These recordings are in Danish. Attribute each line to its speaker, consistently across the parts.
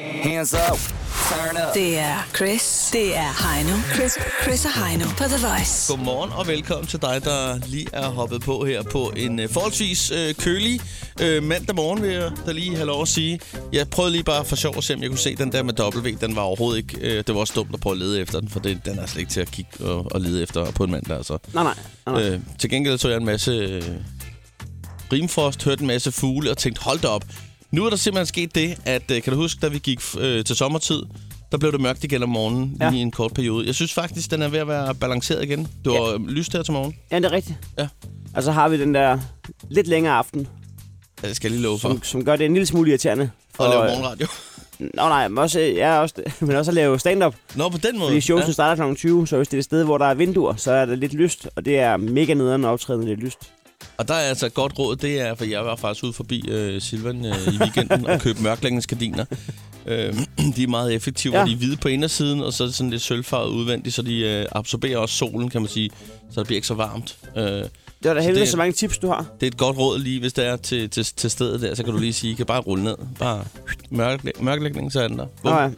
Speaker 1: hands up. Turn up.
Speaker 2: Det er Chris. Det er Heino. Chris, Chris og Heino på The Voice.
Speaker 3: Godmorgen og velkommen til dig, der lige er hoppet på her på en øh, forholdsvis øh, kølig øh, mandag morgen, vil jeg da lige have lov at sige. Jeg prøvede lige bare for sjov at se, om jeg kunne se den der med W. Den var overhovedet ikke... Øh, det var også dumt at prøve at lede efter den, for det, den er slet ikke til at kigge og, og lede efter på en mandag, altså.
Speaker 4: Nej, nej. nej, nej.
Speaker 3: Øh, til gengæld så jeg en masse øh, rimfrost, hørte en masse fugle og tænkte, hold da op. Nu er der simpelthen sket det, at øh, kan du huske, da vi gik øh, til sommertid, der blev det mørkt igen om morgenen ja.
Speaker 4: Ja.
Speaker 3: i en kort periode. Jeg synes faktisk, den er ved at være balanceret igen. Det var ja. lyst her til morgen.
Speaker 4: Ja, det er rigtigt.
Speaker 3: Ja.
Speaker 4: Og så har vi den der lidt længere aften,
Speaker 3: Ja, det skal jeg lige love for.
Speaker 4: som, som gør det en lille smule irriterende.
Speaker 3: Og lave
Speaker 4: øh,
Speaker 3: morgenradio.
Speaker 4: Nå nej, men også, ja, også, men også at lave stand-up.
Speaker 3: Nå, på den måde.
Speaker 4: Fordi showsen
Speaker 3: ja.
Speaker 4: starter kl. 20, så hvis det er et sted, hvor der er vinduer, så er der lidt lyst. Og det er mega nederen at optræde, når det er lyst.
Speaker 3: Og der er altså et godt råd, det er, for jeg var faktisk ude forbi øh, Silvan øh, i weekenden og købte mørklæggens gardiner. Øh, de er meget effektive, ja.
Speaker 4: Ja.
Speaker 3: og de er hvide på indersiden, og så er det sådan lidt sølvfarvet udvendigt, så de øh, absorberer også solen, kan man sige, så det bliver ikke så varmt. Øh, det
Speaker 4: Det var da heldigvis
Speaker 3: det-
Speaker 4: så mange tips, du har.
Speaker 3: er et godt råd lige, hvis det er til, til, til stedet der, så kan du lige sige, I kan bare rulle ned. Bare mørklæ- mørklægning, så er den der.
Speaker 4: Nå,
Speaker 3: Bum.
Speaker 4: ja.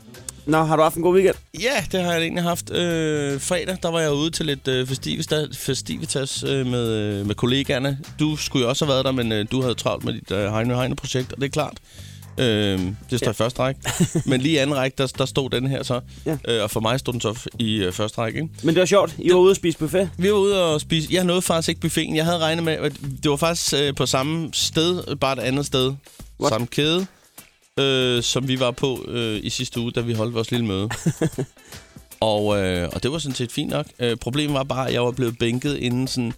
Speaker 4: Nå, har du haft en god weekend?
Speaker 3: Ja, det har jeg egentlig haft. Øh, fredag, der var jeg ude til lidt øh, festivitas, festivitas øh, med, øh, med kollegaerne. Du skulle jo også have været der, men øh, du havde travlt med dit øh, Heine Heine projekt, og det er klart. Øh, det står ja. i første række. Men lige i anden række, der, der stod den her så. Ja.
Speaker 4: Ja.
Speaker 3: Øh, og for mig stod den så i øh, første række. Ikke?
Speaker 4: Men det var sjovt. I var ude at spise buffet.
Speaker 3: Vi var ude og spise. Jeg nåede faktisk ikke buffeten. Jeg havde regnet med, at det var faktisk øh, på samme sted, bare et andet sted. What?
Speaker 4: What?
Speaker 3: Samme kæde, øh, som vi var på øh, i sidste uge, da vi holdt vores lille møde. og, øh, og det var sådan set fint nok. Øh, problemet var bare, at jeg var blevet bænket inden sådan...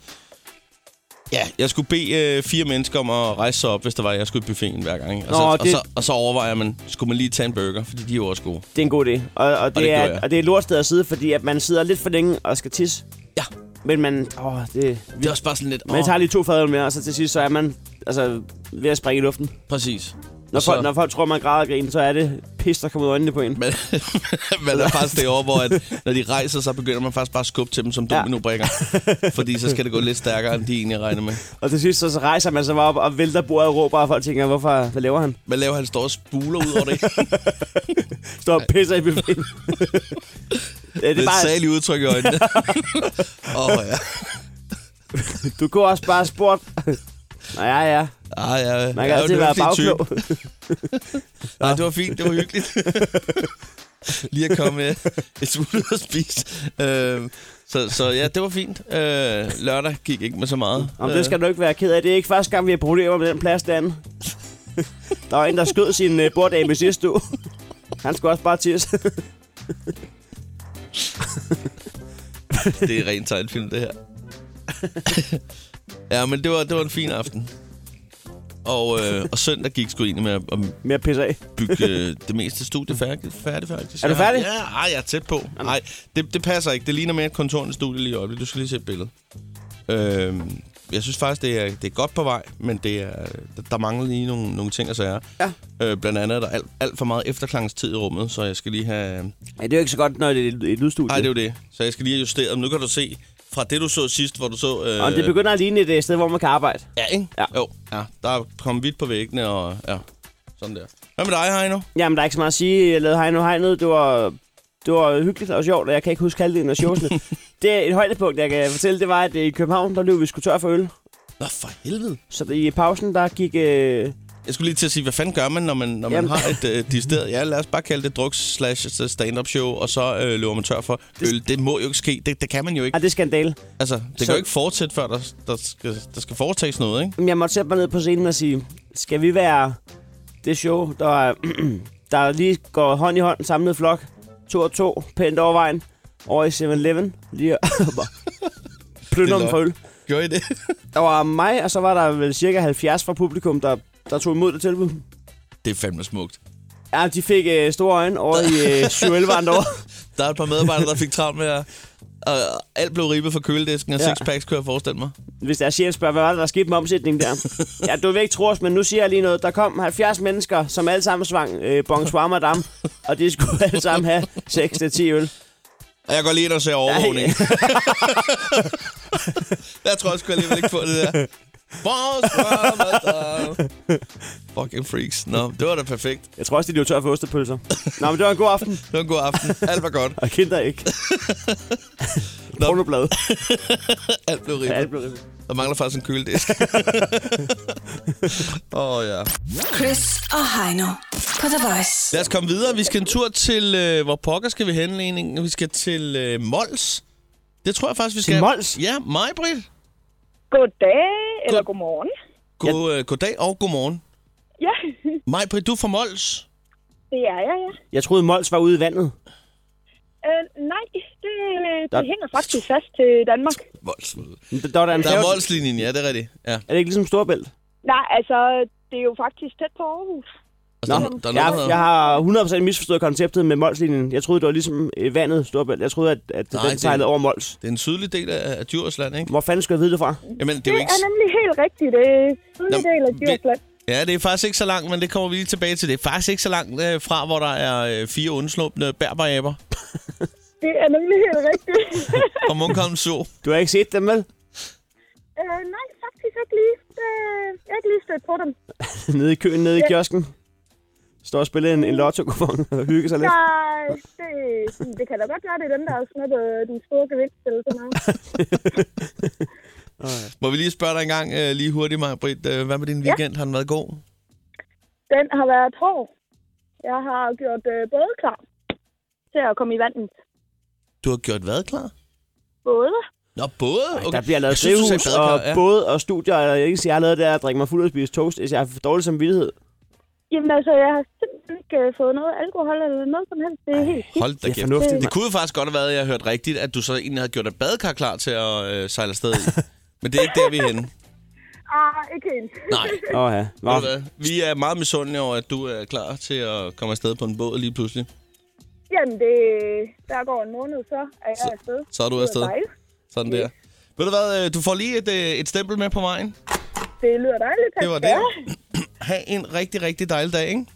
Speaker 3: Ja, jeg skulle bede øh, fire mennesker om at rejse sig op, hvis der var, at jeg skulle i buffeten hver gang. ikke? Og,
Speaker 4: Nå,
Speaker 3: så, og,
Speaker 4: det-
Speaker 3: så, og så overvejer man, skulle man lige tage en burger, fordi de er jo også gode.
Speaker 4: Det er en god idé. Og, og, det,
Speaker 3: det gjorde jeg.
Speaker 4: er, og det er et lortsted at sidde, fordi at man sidder lidt for længe og skal tisse.
Speaker 3: Ja.
Speaker 4: Men man... Åh, det...
Speaker 3: Det er også bare sådan lidt...
Speaker 4: Man
Speaker 3: åh,
Speaker 4: tager lige to fadøl mere, og så til sidst, så er man altså, ved at springe i luften.
Speaker 3: Præcis.
Speaker 4: Når,
Speaker 3: Og så-
Speaker 4: folk, når folk tror, man græder og griner, så er det pis, der kommer ud af øjnene på en.
Speaker 3: Men, men der er faktisk det over, hvor at, når de rejser sig, begynder man faktisk bare at skubbe til dem som
Speaker 4: Ja.
Speaker 3: dominobrikker. Fordi så skal det gå lidt stærkere, end de egentlig regner med.
Speaker 4: Og til sidst, så, så rejser man sig bare op og vælter bordet og råber, og folk tænker, hvorfor, hvad laver han?
Speaker 3: Hvad laver han? Står og spuler ud over det.
Speaker 4: Står og pisser i buffeten. ja, det
Speaker 3: Det
Speaker 4: er
Speaker 3: er et
Speaker 4: bare,
Speaker 3: saligt udtryk i øjnene. Åh oh, ja.
Speaker 4: du går også bare sport. Nå ja, ja.
Speaker 3: Ah, ja. Jeg
Speaker 4: Man kan
Speaker 3: er jo
Speaker 4: altid
Speaker 3: en
Speaker 4: være
Speaker 3: høflig type.
Speaker 4: bagklog.
Speaker 3: Nej, det var fint. Det var hyggeligt. Lige at komme øh, et smule ud og spise. Øh, så, så ja, det var fint. Øh, lørdag gik ikke med så meget. Øh,
Speaker 4: Om det skal du ikke være ked af. Det er ikke første gang, vi har problemer med den plads derinde. Der var en, der skød sin uh, borddame i sidste uge. Han skulle også bare tisse.
Speaker 3: Øh, det er rent tegnfilm, det her. ja, men det var, det var en fin aften. Og, øh, og søndag gik sgu egentlig med at, at
Speaker 4: Med at pisse af.
Speaker 3: bygge øh, det meste studie færdigt, færdigt faktisk.
Speaker 4: Er du
Speaker 3: Jeg-
Speaker 4: færdig?
Speaker 3: Ja, ej, jeg er tæt på. Nej, det, det passer ikke. Det ligner mere et kontorende studie lige i øjeblikket. Du skal lige se et billede. Øhm, jeg synes faktisk, det er, det er godt på vej, men det er, der- der mangler lige nogle, nogle ting og sager.
Speaker 4: Ja.
Speaker 3: Øh, blandt andet er der alt, alt for meget efterklangstid i rummet, så jeg skal lige have...
Speaker 4: Ja, det er jo ikke så godt, når det er et- et lydstudie.
Speaker 3: Nej, det er jo det. Så jeg skal lige have justeret. Men nu kan du se, fra det du så sidst, hvor du så... Øh,
Speaker 4: Og det begynder at ligne et øh, sted, hvor man kan arbejde.
Speaker 3: Ja, ikke?
Speaker 4: Ja.
Speaker 3: Jo, ja. Der er kommet vidt på væggene, og ja, sådan der. Hvad med dig, Heino?
Speaker 4: Jamen, der er ikke så meget at sige. Jeg lavede Heino Hegnet. Det var, det var hyggeligt og sjovt, og jeg kan ikke huske halvdelen af showsene. det er et højdepunkt, jeg kan fortælle, det var, at øh, i København, der løb vi sgu tør for øl.
Speaker 3: Nå, for helvede.
Speaker 4: Så i pausen, der gik... Øh,
Speaker 3: Jeg skulle lige til at sige, hvad fanden gør man, når man, når man
Speaker 4: Jamen.
Speaker 3: har et øh, distilleret... Ja, lad os bare kalde det druk slash øh, stand-up show, og så øh, løber man tør for øl. Det må jo ikke ske. Det, det kan man jo ikke.
Speaker 4: ah, det er skandale.
Speaker 3: Altså, det kan
Speaker 4: så-
Speaker 3: jo ikke fortsætte, før der, der, skal, der skal foretages noget, ikke?
Speaker 4: Men Jeg måtte sætte mig ned på scenen og sige, skal vi være det show, der, er- der lige går hånd i hånd, samlet flok, to og to, pænt over vejen, over i 7-Eleven, lige og
Speaker 3: Det
Speaker 4: plønder
Speaker 3: er
Speaker 4: dem for øl.
Speaker 3: Gør I det?
Speaker 4: Der var mig, og så var der vel cirka 70 fra publikum, der, der tog imod det tilbud.
Speaker 3: det er fandme smukt.
Speaker 4: Ja, de fik øh, store øjne over i øh, 7 11 andre år.
Speaker 3: Der er et par medarbejdere, der fik travlt med at... Og alt blev ribbet fra køledisken, og ja.
Speaker 4: Ja.
Speaker 3: sixpacks, kunne jeg forestille mig.
Speaker 4: Hvis deres chef spørger, hvad var det, der skete med omsætningen der? ja, du vil ikke tro os, men nu siger jeg lige noget. Der kom 70 mennesker, som alle sammen svang øh, bonsoir madame, og de skulle alle sammen have 6-10 øl.
Speaker 3: Og jeg går lige ind og ser overvågning. jeg tror sgu alligevel ikke på det der. Vores Ramadan. Fucking freaks. Nå, det var da perfekt.
Speaker 4: Jeg tror også, de løb tør for ostepølser. Nå, men det var en god aften,
Speaker 3: Det var en god aften. Alt var godt.
Speaker 4: og kinder ikke. Pornoblad.
Speaker 3: Alt blev
Speaker 4: Ja,
Speaker 3: ribbet.
Speaker 4: det blev ribbet.
Speaker 3: Der mangler faktisk en køledisk. Åh, oh, ja.
Speaker 2: Chris og Heino på The Voice.
Speaker 3: Lad os komme videre. Vi skal en tur til... Øh, hvor pokker skal vi hen, Lening? Vi skal til øh, Mols. Det tror jeg faktisk, vi skal...
Speaker 4: Mols?
Speaker 3: Ja, mig, Britt.
Speaker 1: Goddag, eller
Speaker 3: God-
Speaker 1: godmorgen.
Speaker 3: God, øh, goddag og godmorgen.
Speaker 1: Ja,
Speaker 3: Mig, Britt, du er fra Mols.
Speaker 1: det er jeg, ja.
Speaker 4: Jeg troede, Mols var ude i vandet.
Speaker 1: Øh, nej, det, øh,
Speaker 4: Der-
Speaker 1: det hænger faktisk fast til Danmark.
Speaker 3: Mols.
Speaker 4: Men Der, der var der en
Speaker 3: Der er
Speaker 4: færge.
Speaker 3: Mols-linjen, ja, det er rigtigt. Ja.
Speaker 4: Er det ikke ligesom Storbælt?
Speaker 1: Nej, altså, det er jo faktisk tæt på Aarhus.
Speaker 3: Altså,
Speaker 4: Nå,
Speaker 3: der, er no- der er
Speaker 4: jeg,
Speaker 3: noget, der
Speaker 4: jeg
Speaker 3: hedder-
Speaker 4: har 100% misforstået konceptet med Molslinjen. Jeg troede, det var ligesom øh, vandet Storbælt. Jeg troede, at, at
Speaker 3: Nej,
Speaker 4: den
Speaker 3: det-
Speaker 4: sejlede over Mols.
Speaker 3: Det er en sydlig del af, af Djursland, ikke?
Speaker 4: Hvor fanden skulle jeg vide Mm. det fra?
Speaker 3: Jamen, det er
Speaker 1: Det
Speaker 3: jo
Speaker 1: er
Speaker 3: ikke...
Speaker 1: nemlig helt rigtigt. øh. Det er en
Speaker 3: Nå,
Speaker 1: del af
Speaker 3: vi-
Speaker 1: Djursland.
Speaker 3: Ja, det er faktisk ikke så langt, men det kommer vi lige tilbage til. Det er faktisk ikke så langt øh, fra, hvor der er øh, fire undslumpende bærbaraber
Speaker 1: Det er nemlig helt rigtigt.
Speaker 3: og Munkholm Zoo.
Speaker 4: Du har ikke set dem, vel?
Speaker 1: øh, nej, faktisk ikke lige. Øh, jeg er ikke lige stødt på dem.
Speaker 4: nede i køen, nede i kiosken. Står og spiller en, en lotto og hygger sig lidt.
Speaker 1: Nej, det, det kan da godt være, det er dem, der har snuppet den store gevinst eller sådan noget.
Speaker 3: Må vi lige spørge dig en gang øh, lige hurtigt, mig, Britt. Øh, hvad med din weekend? Har den været god?
Speaker 1: Den har været hård. Jeg har gjort øh, både klar til at komme i vandet.
Speaker 3: Du har gjort hvad klar?
Speaker 1: Både.
Speaker 3: Nå, både? Okay.
Speaker 4: Der bliver lavet
Speaker 3: Jeg synes, du sagde
Speaker 4: drivhus
Speaker 3: badekar,
Speaker 4: og
Speaker 3: ja.
Speaker 4: både og studier, og jeg kan ikke sige, jeg har lavet det her at drikke mig fuld og spise toast, hvis jeg har for dårlig samvittighed.
Speaker 1: Jamen altså, jeg har simpelthen ikke øh, fået noget alkohol eller noget som helst. Det er helt skidt.
Speaker 3: Hold da
Speaker 4: Det er
Speaker 3: kæft.
Speaker 4: fornuftigt,
Speaker 3: Det
Speaker 4: mand.
Speaker 3: kunne jo faktisk godt have været, at jeg hørte rigtigt, at du så egentlig havde gjort et badekar klar til at øh, sejle afsted i. Men det er ikke der, vi er henne.
Speaker 1: Ah, ikke helt.
Speaker 3: Nej.
Speaker 4: Åh ja. Nå,
Speaker 3: Ved du hvad? Vi er meget misundelige over, at du er klar til at komme afsted på en båd lige pludselig.
Speaker 1: Jamen, det, der går en måned, så er jeg afsted.
Speaker 3: Så er du
Speaker 1: Det
Speaker 3: afsted.
Speaker 1: dejligt.
Speaker 3: Sådan der. Ved du hvad? øh, Du får lige et, øh, et stempel med på vejen.
Speaker 1: Det lyder dejligt. Tak
Speaker 3: Det var
Speaker 1: skal
Speaker 3: det.
Speaker 1: jeg.
Speaker 3: Ha' en rigtig, rigtig dejlig dag, ikke?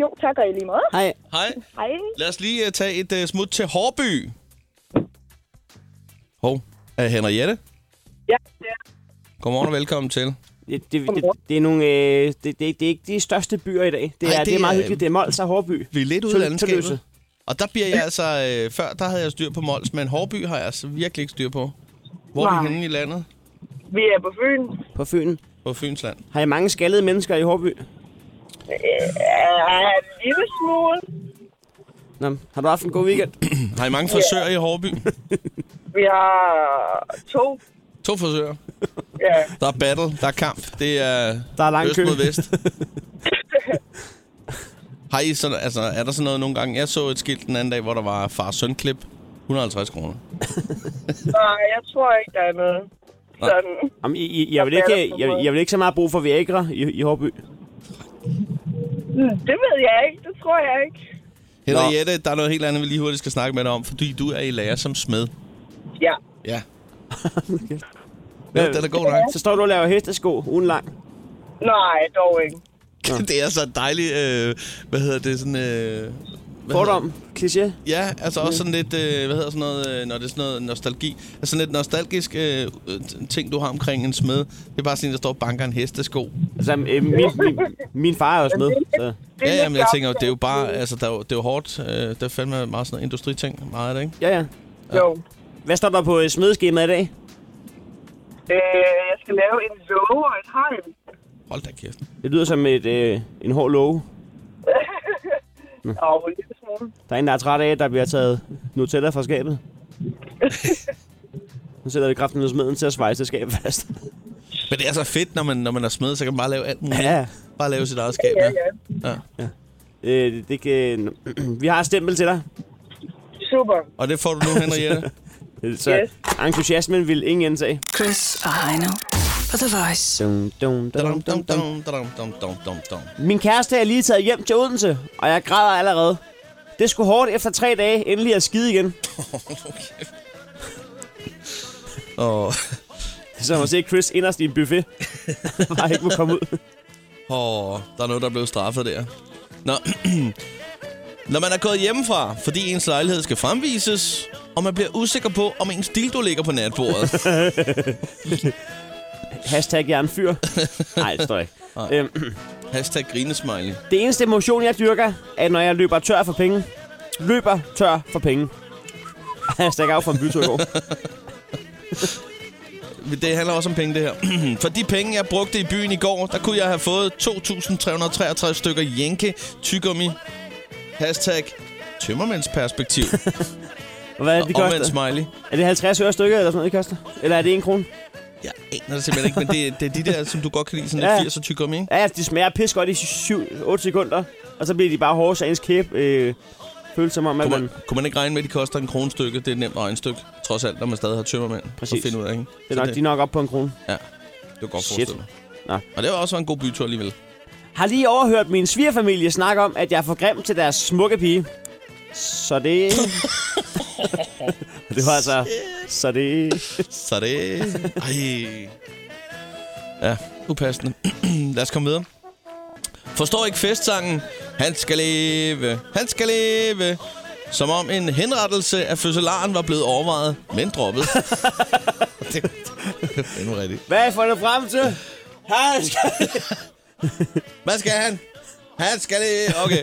Speaker 1: Jo, tak og i lige måde.
Speaker 4: hej.
Speaker 3: Hej.
Speaker 1: Hej.
Speaker 3: Lad os lige øh, tage et øh, smut til Hårby. Hov, er Henriette?
Speaker 1: Ja, det er
Speaker 3: Godmorgen og velkommen til.
Speaker 4: Det, det, det, det, er nogle, øh, det, det, det, er ikke de største byer i dag. Det er,
Speaker 3: Nej,
Speaker 4: Ej,
Speaker 3: det
Speaker 4: det, er meget
Speaker 3: er-
Speaker 4: hyggeligt. Det er Mols og Hårby.
Speaker 3: Vi er lidt ude
Speaker 4: Tøl-
Speaker 3: af landskabet.
Speaker 4: Tølløse.
Speaker 3: Og der bliver jeg altså... Øh, før, der havde jeg styr på Mols, men Hårby har jeg altså virkelig ikke styr på. Hvor er vi
Speaker 1: Nej.
Speaker 3: henne i landet?
Speaker 1: Vi er på Fyn.
Speaker 4: På Fyn.
Speaker 3: På Fynsland.
Speaker 4: Har I mange skaldede mennesker i Hårby?
Speaker 1: Ja, en lille smule.
Speaker 4: Nå, har du haft en god weekend?
Speaker 3: Har I mange frisører i Hårby?
Speaker 1: Vi har to.
Speaker 3: To frisører.
Speaker 1: Ja,
Speaker 3: Der er battle, der er kamp. Det er
Speaker 4: Der er lang
Speaker 3: øst
Speaker 4: kø.
Speaker 3: mod vest. Har I sådan, altså, er der sådan noget nogle gange? Jeg så et skilt den anden dag, hvor der var far søn klip 150 kroner.
Speaker 1: nej, jeg tror ikke, der er noget. Sådan.
Speaker 4: Jamen, I, I, jeg, vil ikke, jeg, jeg vil ikke så meget brug for Viagra i, i Hårby.
Speaker 1: Det ved jeg ikke. Det tror jeg ikke.
Speaker 3: Henriette, der er noget helt andet, vi lige hurtigt skal snakke med dig om, fordi du er i lære som smed.
Speaker 1: Ja.
Speaker 3: Ja. ja den er god nok.
Speaker 4: Så står du og laver hestesko ugen lang.
Speaker 1: Nej, dog ikke.
Speaker 3: det er så dejligt, øh, hvad hedder det, sådan... Øh, hvad
Speaker 4: Fordom, kliché.
Speaker 3: Ja, altså også sådan lidt, øh, hvad hedder sådan noget, øh, når det er sådan noget nostalgi. Altså sådan lidt nostalgisk øh, øh, t- ting, du har omkring en smed. Det er bare sådan, en, der står og banker en hestesko.
Speaker 4: Altså, øh, min, min, min far er også med. Så.
Speaker 1: er
Speaker 3: Ja, ja,
Speaker 1: lidt
Speaker 3: men jeg tænker jo,
Speaker 1: gammelt.
Speaker 3: det er jo bare, altså der er jo, det er jo hårdt. Øh, der er fandme meget sådan noget industriting, meget af det, ikke?
Speaker 4: Ja, ja.
Speaker 1: Jo.
Speaker 4: Hvad står der på øh, smedeskemaet i dag?
Speaker 1: Øh, jeg skal lave en låge og et hegn.
Speaker 3: Hold da kæft.
Speaker 4: Det lyder som et, øh, en hård låge.
Speaker 1: Og en lille smule.
Speaker 4: Der er en, der er træt af, at der bliver taget Nutella fra skabet. nu sætter vi kraften ud smeden til at svejse det skab fast.
Speaker 3: Men det er så fedt, når man, når man er smed, så kan man bare lave alt muligt.
Speaker 4: Ja.
Speaker 3: Bare lave sit eget skab.
Speaker 1: Ja, ja.
Speaker 3: ja.
Speaker 4: øh, det kan... vi har et stempel til dig.
Speaker 1: Super.
Speaker 3: Og det får du nu, Henriette.
Speaker 4: Så
Speaker 1: Yes.
Speaker 4: entusiasmen vil ingen indtage.
Speaker 2: Chris og Heino på The Voice.
Speaker 4: Dum, dum,
Speaker 3: Dadum,
Speaker 4: dum,
Speaker 3: dum,
Speaker 4: dum,
Speaker 3: dum,
Speaker 4: dum.
Speaker 3: dadum, dum, dum, dum, dum.
Speaker 4: Min kæreste er lige taget hjem til Odense, og jeg græder allerede. Det skulle hårdt efter tre dage endelig at skide igen.
Speaker 3: Åh,
Speaker 4: Så må se Chris inderst i en buffet. Bare ikke må komme ud.
Speaker 3: oh, der er noget, der er blevet straffet der. Nå. Når man er gået hjemmefra, fordi ens lejlighed skal fremvises, og man bliver usikker på, om ens dildo ligger på natbordet.
Speaker 4: Hashtag jeg er en fyr. Nej, det står der ikke. Øhm,
Speaker 3: Hashtag grinesmiley.
Speaker 4: det eneste emotion, jeg dyrker, er, når jeg løber tør for penge. Løber tør for penge. Hashtag af fra en bytur i går.
Speaker 3: Det handler også om penge, det her. For de penge, jeg brugte i byen i går, der kunne jeg have fået 2.363 stykker jenke tygummi. Hashtag tømmermandsperspektiv.
Speaker 4: Hvad er det, de
Speaker 3: Og omvendt
Speaker 4: koster?
Speaker 3: smiley.
Speaker 4: Er det 50 øre stykket eller sådan noget, de koster? Eller er det 1 krone?
Speaker 3: Jeg aner det simpelthen ikke, men det, det er de der, som du godt kan lide, sådan
Speaker 4: Ja.
Speaker 3: lidt 80 og tygummi, ikke?
Speaker 4: Ja, altså, de smager pis godt i 7-8 sekunder. Og så bliver de bare hårde, så ens kæb øh, føles som om, at
Speaker 3: Kunne
Speaker 4: man...
Speaker 3: man, kunne man ikke regne med, at de koster en kronestykke? Det er et nemt regnestykke, trods alt, når man stadig har tømmermænd.
Speaker 4: Præcis.
Speaker 3: At finde ud af, ikke?
Speaker 4: Det er nok, de er nok op på en krone.
Speaker 3: Det var godt
Speaker 4: Shit.
Speaker 3: forestillet mig.
Speaker 4: Nå.
Speaker 3: Og det var også en god bytur alligevel.
Speaker 4: Har lige overhørt min svigerfamilie snakke om, at jeg er for grim til deres smukke pige. Så det... det var altså... Så det...
Speaker 3: Så det... Ej. Ja, upassende. Lad os komme videre. Forstår ikke festsangen? Han skal leve, han skal leve. Som om en henrettelse af fødselaren var blevet overvejet, men droppet. det, det er nu rigtigt.
Speaker 4: Hvad får det frem til? Han skal...
Speaker 3: Hvad skal han? Han skal leve. Okay.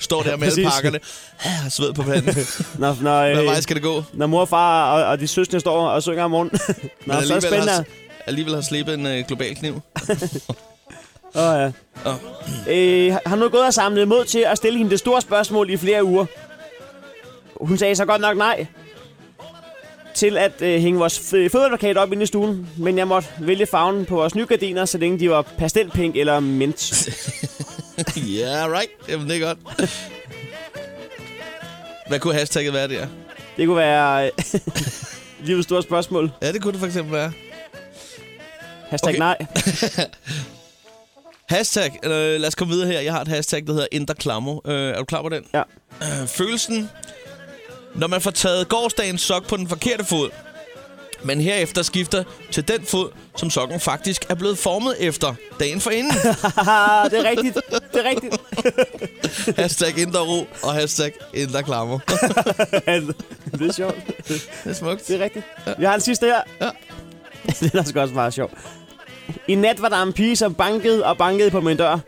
Speaker 3: Står der med alle
Speaker 4: Præcis.
Speaker 3: pakkerne. Ja, sved på panden.
Speaker 4: Når, når,
Speaker 3: Hvad
Speaker 4: øh,
Speaker 3: vej skal det gå?
Speaker 4: når mor og far og, og de søskende står og synger om morgenen. Nå, så er det spændende.
Speaker 3: har, alligevel har slippet en øh, global kniv.
Speaker 4: Åh, ja.
Speaker 3: Åh.
Speaker 4: Øh, har- har nu gået og samlet mod til at stille hende det store spørgsmål i flere uger. Hun sagde så godt nok nej til at øh, hænge vores f- fodboldplakat op inde i stuen, men jeg måtte vælge farven på vores nye gardiner, så længe de var pastelpink eller mint.
Speaker 3: yeah, right. Jamen, det er godt. Hvad kunne hashtagget være der?
Speaker 4: Det kunne være øh, livets store spørgsmål.
Speaker 3: Ja, det kunne det for eksempel være.
Speaker 4: Hashtag
Speaker 3: Okay.
Speaker 4: okay. nej.
Speaker 3: Hashtag, øh, lad os komme videre her. Jeg har et hashtag, der hedder Indre Klammer. Øh, er du klar på den?
Speaker 4: Ja.
Speaker 3: Øh, følelsen, når man får taget gårdsdagens sok på den forkerte fod, men herefter skifter til den fod, som sokken faktisk er blevet formet efter dagen forinden.
Speaker 4: Haha, Ah, det er rigtigt. Det er rigtigt.
Speaker 3: hashtag Indre Ro og hashtag Indre Klammer.
Speaker 4: det er sjovt.
Speaker 3: det er smukt.
Speaker 4: Det er rigtigt. Vi har en sidste her.
Speaker 3: Ja.
Speaker 4: det er sgu også meget sjovt. I nat var der en pige, som bankede og bankede på min dør.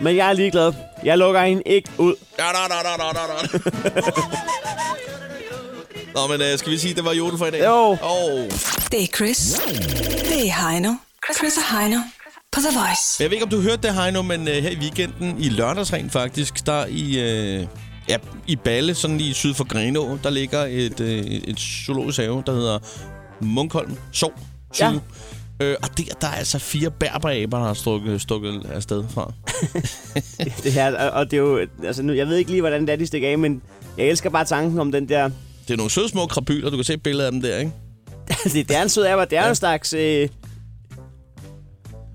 Speaker 4: Men jeg er ligeglad. Jeg lukker hende ikke ud.
Speaker 3: Da, da, da, da, da, da, da. Nå, men øh, skal vi sige, at det var jorden for i dag?
Speaker 4: Jo.
Speaker 3: Oh.
Speaker 2: Det er Chris. Det er Heino. Chris og Heino på The Voice.
Speaker 3: Jeg ved ikke, om du hørte det, Heino, men øh, her i weekenden, i lørdags rent faktisk, der i, øh, ja, i Balle, sådan lige syd for Grenå, der ligger et, øh, et zoologisk have, der hedder Munkholm Sov. Zoo.
Speaker 4: Ja.
Speaker 3: Øh, og der, der er altså fire berberaber, der har stukket, stukket afsted fra.
Speaker 4: Det her, og- og det er jo... Altså, nu, jeg ved ikke lige, hvordan det er, de stikker af, men jeg elsker bare tanken om den der...
Speaker 3: Det er nogle søde små krabyler, du kan se et billede af dem der, ikke?
Speaker 4: altså, det, det er en sød aber. Det er jo en slags... Øh,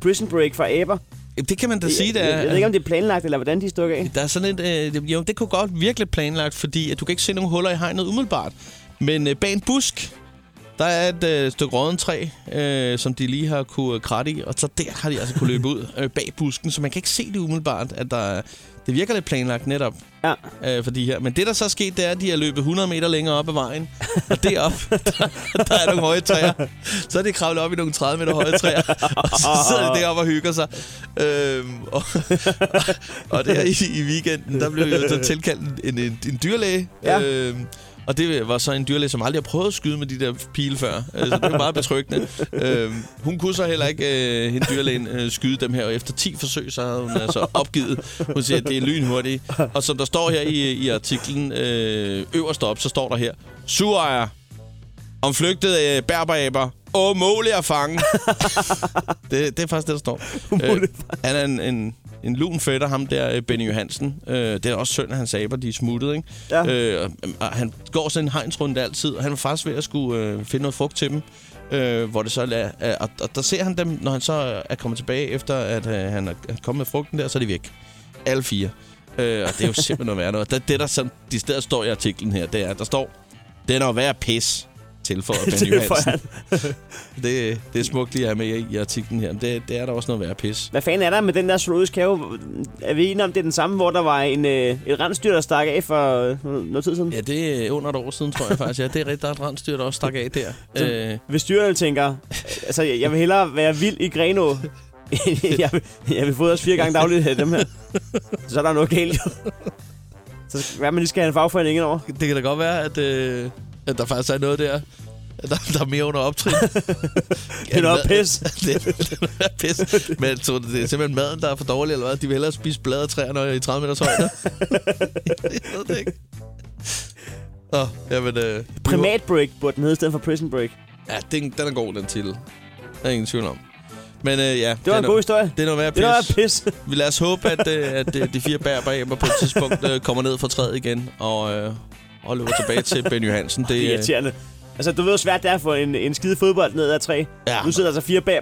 Speaker 4: prison break for aber.
Speaker 3: Det kan man da sige, det er.
Speaker 4: jeg, jeg ved ikke, om det er planlagt, eller hvordan de stikker af.
Speaker 3: Der er sådan et, øh, jo, det kunne godt virkelig planlagt, fordi at du kan ikke se nogen huller i hegnet umiddelbart. Men øh, bag en busk, der er et øh, stykke rådden træ, øh, som de lige har kunne øh, kratte i, og så der har de altså kunne løbe ud øh, bag busken, så man kan ikke se det umiddelbart, at der er- det virker lidt planlagt netop
Speaker 4: Ja.
Speaker 3: øh, for de her. Men det, der så er sket, det er, at de har løbet 100 meter længere op ad vejen, og deroppe, der, der er nogle høje træer. Så er de kravlet op i nogle 30 meter høje træer, og så sidder de deroppe og hygger sig. Øhm, og, og der i, i weekenden, der blev jo så tilkaldt en, en, en dyrlæge.
Speaker 4: Ja.
Speaker 3: Øhm, og det var så en dyrlæge, som aldrig har prøvet at skyde med de der pile før. Øh, Så det var meget betryggende. øhm, hun kunne så heller ikke, øh, hende dyrlægen, øh, skyde dem her. Og efter 10 forsøg, så havde hun altså opgivet. Hun siger, at det er lynhurtigt. Og som der står her i, i artiklen øh, øverst op, så står der her. Surejer. Om flygtede øh, berberaber. Umulig at fange. det, det er faktisk det, der står. Øh, han er en, en, en lun fætter, ham der, øh, Benny Johansen. Øh, det er også synd, at hans aber, de er smuttet, ikke?
Speaker 4: Ja.
Speaker 3: Øh, og, og han går sådan en hegnsrunde altid, og han var faktisk ved at skulle øh, finde noget frugt til dem. Øh, hvor det så er, er- og, og der ser han dem, når han så er kommet tilbage, efter at øh, han er kommet med frugten der, så er de væk. Alle fire. Øh, og det er jo simpelthen noget værre noget. Det, det der sådan, de altså- steder står i artiklen her, det er, at der står, den er jo værre pis. tilføjet Ben Johansen. Det, det er smukt lige at have med i artiklen her. Men det, det er der også noget værre pis.
Speaker 4: Hvad fanden er der med den der zoologisk have? Er vi enige om, det er den samme, hvor der var en, øh, et rensdyr, der stak af for øh, noget tid siden? Ja.
Speaker 3: Ja, det er under et år siden, tror jeg faktisk. Ja, det er rigtigt. Der er et rensdyr, der også stak af der. Øh,
Speaker 4: Hvis dyrene tænker, altså jeg jeg vil hellere være vild i Grenå, jeg, vil, jeg vil fodres fire gange dagligt af dem her. Så er der noget galt jo. Så skal- hvad man lige skal have en fagforening ind over.
Speaker 3: det kan da godt være, at, øh, at der faktisk er noget der. At der, der er mere under optrin.
Speaker 4: Det er noget pis.
Speaker 3: det, det er noget pis. Men så, det er simpelthen maden, der er for dårlig, eller hvad? De vil hellere spise blade af træerne i 30 meters højde. jeg ved det ikke. Nå, jamen... Øh,
Speaker 4: Primat Break burde den hedde, i stedet for Prison Break.
Speaker 3: Ja, den, den er god, den titel. Der er ingen tvivl om. Men øh, ja,
Speaker 4: Det var en god historie.
Speaker 3: det er noget værd
Speaker 4: Det var pis.
Speaker 3: Vi lader os håbe, at, øh, at øh, de fire bær bagæmper på et tidspunkt øh, kommer ned fra træet igen og, øh, og løber tilbage til Ben Johansen.
Speaker 4: Det er
Speaker 3: Det, øh,
Speaker 4: irriterende. Altså, du ved hvor svært det er at få en, en skide fodbold ned ad træ.
Speaker 3: Ja.
Speaker 4: Nu sidder der så fire bag,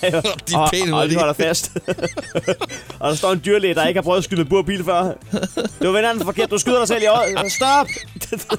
Speaker 4: bag
Speaker 3: De er pæne
Speaker 4: og, og de
Speaker 3: hurtige.
Speaker 4: holder fast. og der står en dyrlæge, der ikke har prøvet at skyde med burpil før. Du vender den forkert. Du skyder dig selv i øjet. Stop!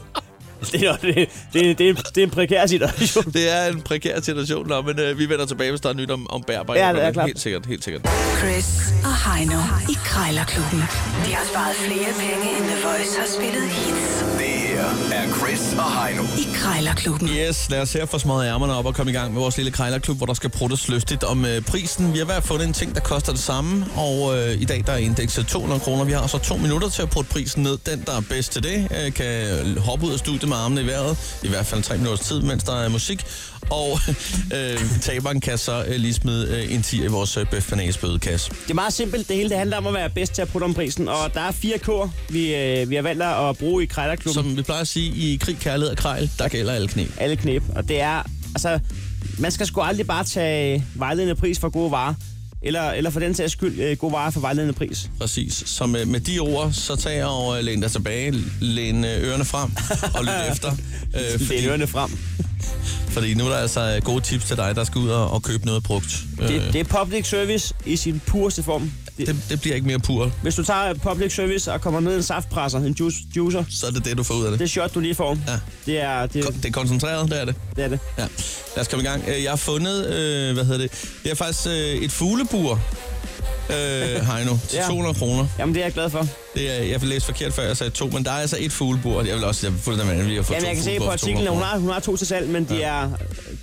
Speaker 4: det, er, det, er- det, er- det, er, en- det er en prekær situation.
Speaker 3: det er en prekær situation, nå, men øh, vi vender tilbage, hvis der er nyt om, om bær bagæmper.
Speaker 4: Ja, det er
Speaker 3: Men
Speaker 4: klart.
Speaker 3: Helt sikkert, helt sikkert.
Speaker 2: Chris og Heino i Krejlerklubben. De har sparet flere penge, end The Voice har spillet hits
Speaker 5: Det her er Chris og Heino.
Speaker 2: i Krejlerklubben.
Speaker 3: Yes, lad os her få smadret ærmerne op og komme i gang med vores lille krejlerklub, hvor der skal pruttes lystigt om øh, prisen. Vi har i hvert fald fundet en ting, der koster det samme, og øh, i dag der er indekset 200 kroner. Vi har så to minutter til at prutte prisen ned. Den, der er bedst til det, øh, kan hoppe ud af studiet med armene i vejret, i hvert fald tre minutters tid, mens der er musik. Og øh, taberen kan så øh, lige smide øh, en 10 i vores øh, bøf bødekasse.
Speaker 4: Det er meget simpelt. Det hele det handler om at være bedst til at putte om prisen. Og der er fire kår, vi, øh, vi har valgt at bruge i Krejlerklubben.
Speaker 3: Som vi plejer at sige, i krig, kærlighed og krejl, der gælder alle knæ.
Speaker 4: alle knep. Og det er, altså, man skal sgu aldrig bare tage vejledende pris for gode varer. Eller, eller for den sags skyld, øh, gode varer for vejledende pris.
Speaker 3: Præcis. Så med, med de ord, så tag og øh, læn dig tilbage, læn øh, ørerne frem og lyt efter. Øh, fordi,
Speaker 4: Læn ørerne frem.
Speaker 3: fordi nu er der altså øh, gode tips til dig, der skal ud og, og købe noget brugt. Øh,
Speaker 4: Det,
Speaker 3: det,
Speaker 4: det er public service i sin pureste form. Det,
Speaker 3: det, det bliver ikke mere pur,
Speaker 4: hvis du tager public service og kommer ned i en saftpresser, en juice, juicer,
Speaker 3: så er det det, du får ud af det.
Speaker 4: det er shot, du lige får.
Speaker 3: Ja.
Speaker 4: Det er det,
Speaker 3: Det er koncentreret, det er det.
Speaker 4: det, er det.
Speaker 3: Ja. Lad os komme i gang. Øh, Jeg har fundet, øh, hvad hedder det? Det er faktisk øh, et fuglebur, øh, Heino, til
Speaker 4: Ja.
Speaker 3: 200 kroner.
Speaker 4: Jamen, det er jeg glad for.
Speaker 3: Det er, jeg læste forkert før, jeg sagde to, men der er altså et fuglebur. Jeg vil også, jeg vil fuldstændig vanvittig at få
Speaker 4: Jamen,
Speaker 3: to
Speaker 4: jeg kan se på
Speaker 3: fuglebuer for 200
Speaker 4: artiklen, at hun
Speaker 3: kroner.
Speaker 4: har, hun har to til salg, men de er, de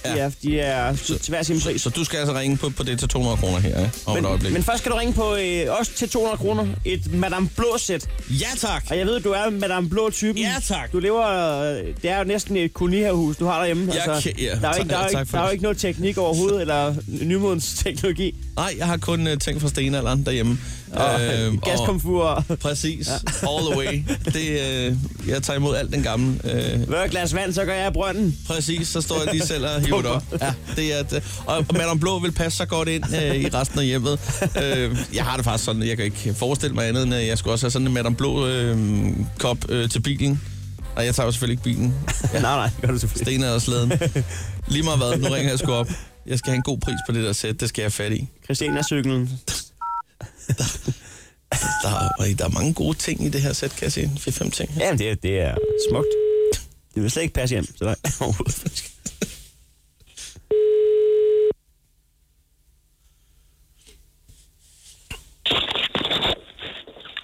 Speaker 3: Ja.
Speaker 4: er, de er til hver sin pris.
Speaker 3: Så du skal altså ringe på, på det til 200 kroner her, ja, om et øjeblik.
Speaker 4: Men, men først skal du ringe på øh, os til 200 kroner. Et Madame Blå-sæt.
Speaker 3: Ja tak!
Speaker 4: Og jeg ved, du er Madame Blå-typen.
Speaker 3: Ja, tak.
Speaker 4: Du lever... øh, Det er jo næsten et kolonihavehus, du har derhjemme. Altså,
Speaker 3: Jeg kan- ja,
Speaker 4: der er jo ikke, der er
Speaker 3: tak-
Speaker 4: jo
Speaker 3: tak
Speaker 4: ikke,
Speaker 3: for
Speaker 4: der er jo
Speaker 3: det. Øhm,
Speaker 4: ikke noget teknik overhovedet, eller nymodens teknologi.
Speaker 3: Nej, jeg har kun uh, ting fra stenalderen derhjemme. Øhm,
Speaker 4: Og øh, gaskomfur. Og...
Speaker 3: Præcis. All the way. Det, øh, jeg tager imod alt den gamle. Øh,
Speaker 4: Hver glas vand, så gør jeg i brønden.
Speaker 3: præcis, så står jeg lige selv og hiver det op. Ja, det er, det. Og, og Madame Blå vil passe så godt ind øh, i resten af hjemmet. Øh, jeg har det faktisk sådan, jeg kan ikke forestille mig andet, end at jeg skulle også have sådan en Madame Blå øh, kop øh, til bilen. Og jeg tager jo selvfølgelig ikke bilen.
Speaker 4: Ja. nej, nej, det gør du selvfølgelig.
Speaker 3: Sten er slæden. Lige meget hvad, nu ringer jeg sgu op. Jeg skal have en god pris på det der sæt, det skal jeg have fat i.
Speaker 4: Christiania-cyklen.
Speaker 3: Der er, der er mange gode ting i det her sæt, kan jeg se. 4-5 ting.
Speaker 4: Jamen, det, er- det er smukt. Det vil slet ikke passe hjem, så nej.